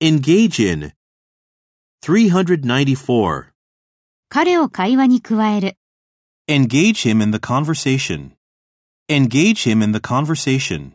Engage in. 394. 彼を会話に加える。 Engage him in the conversation. Engage him in the conversation.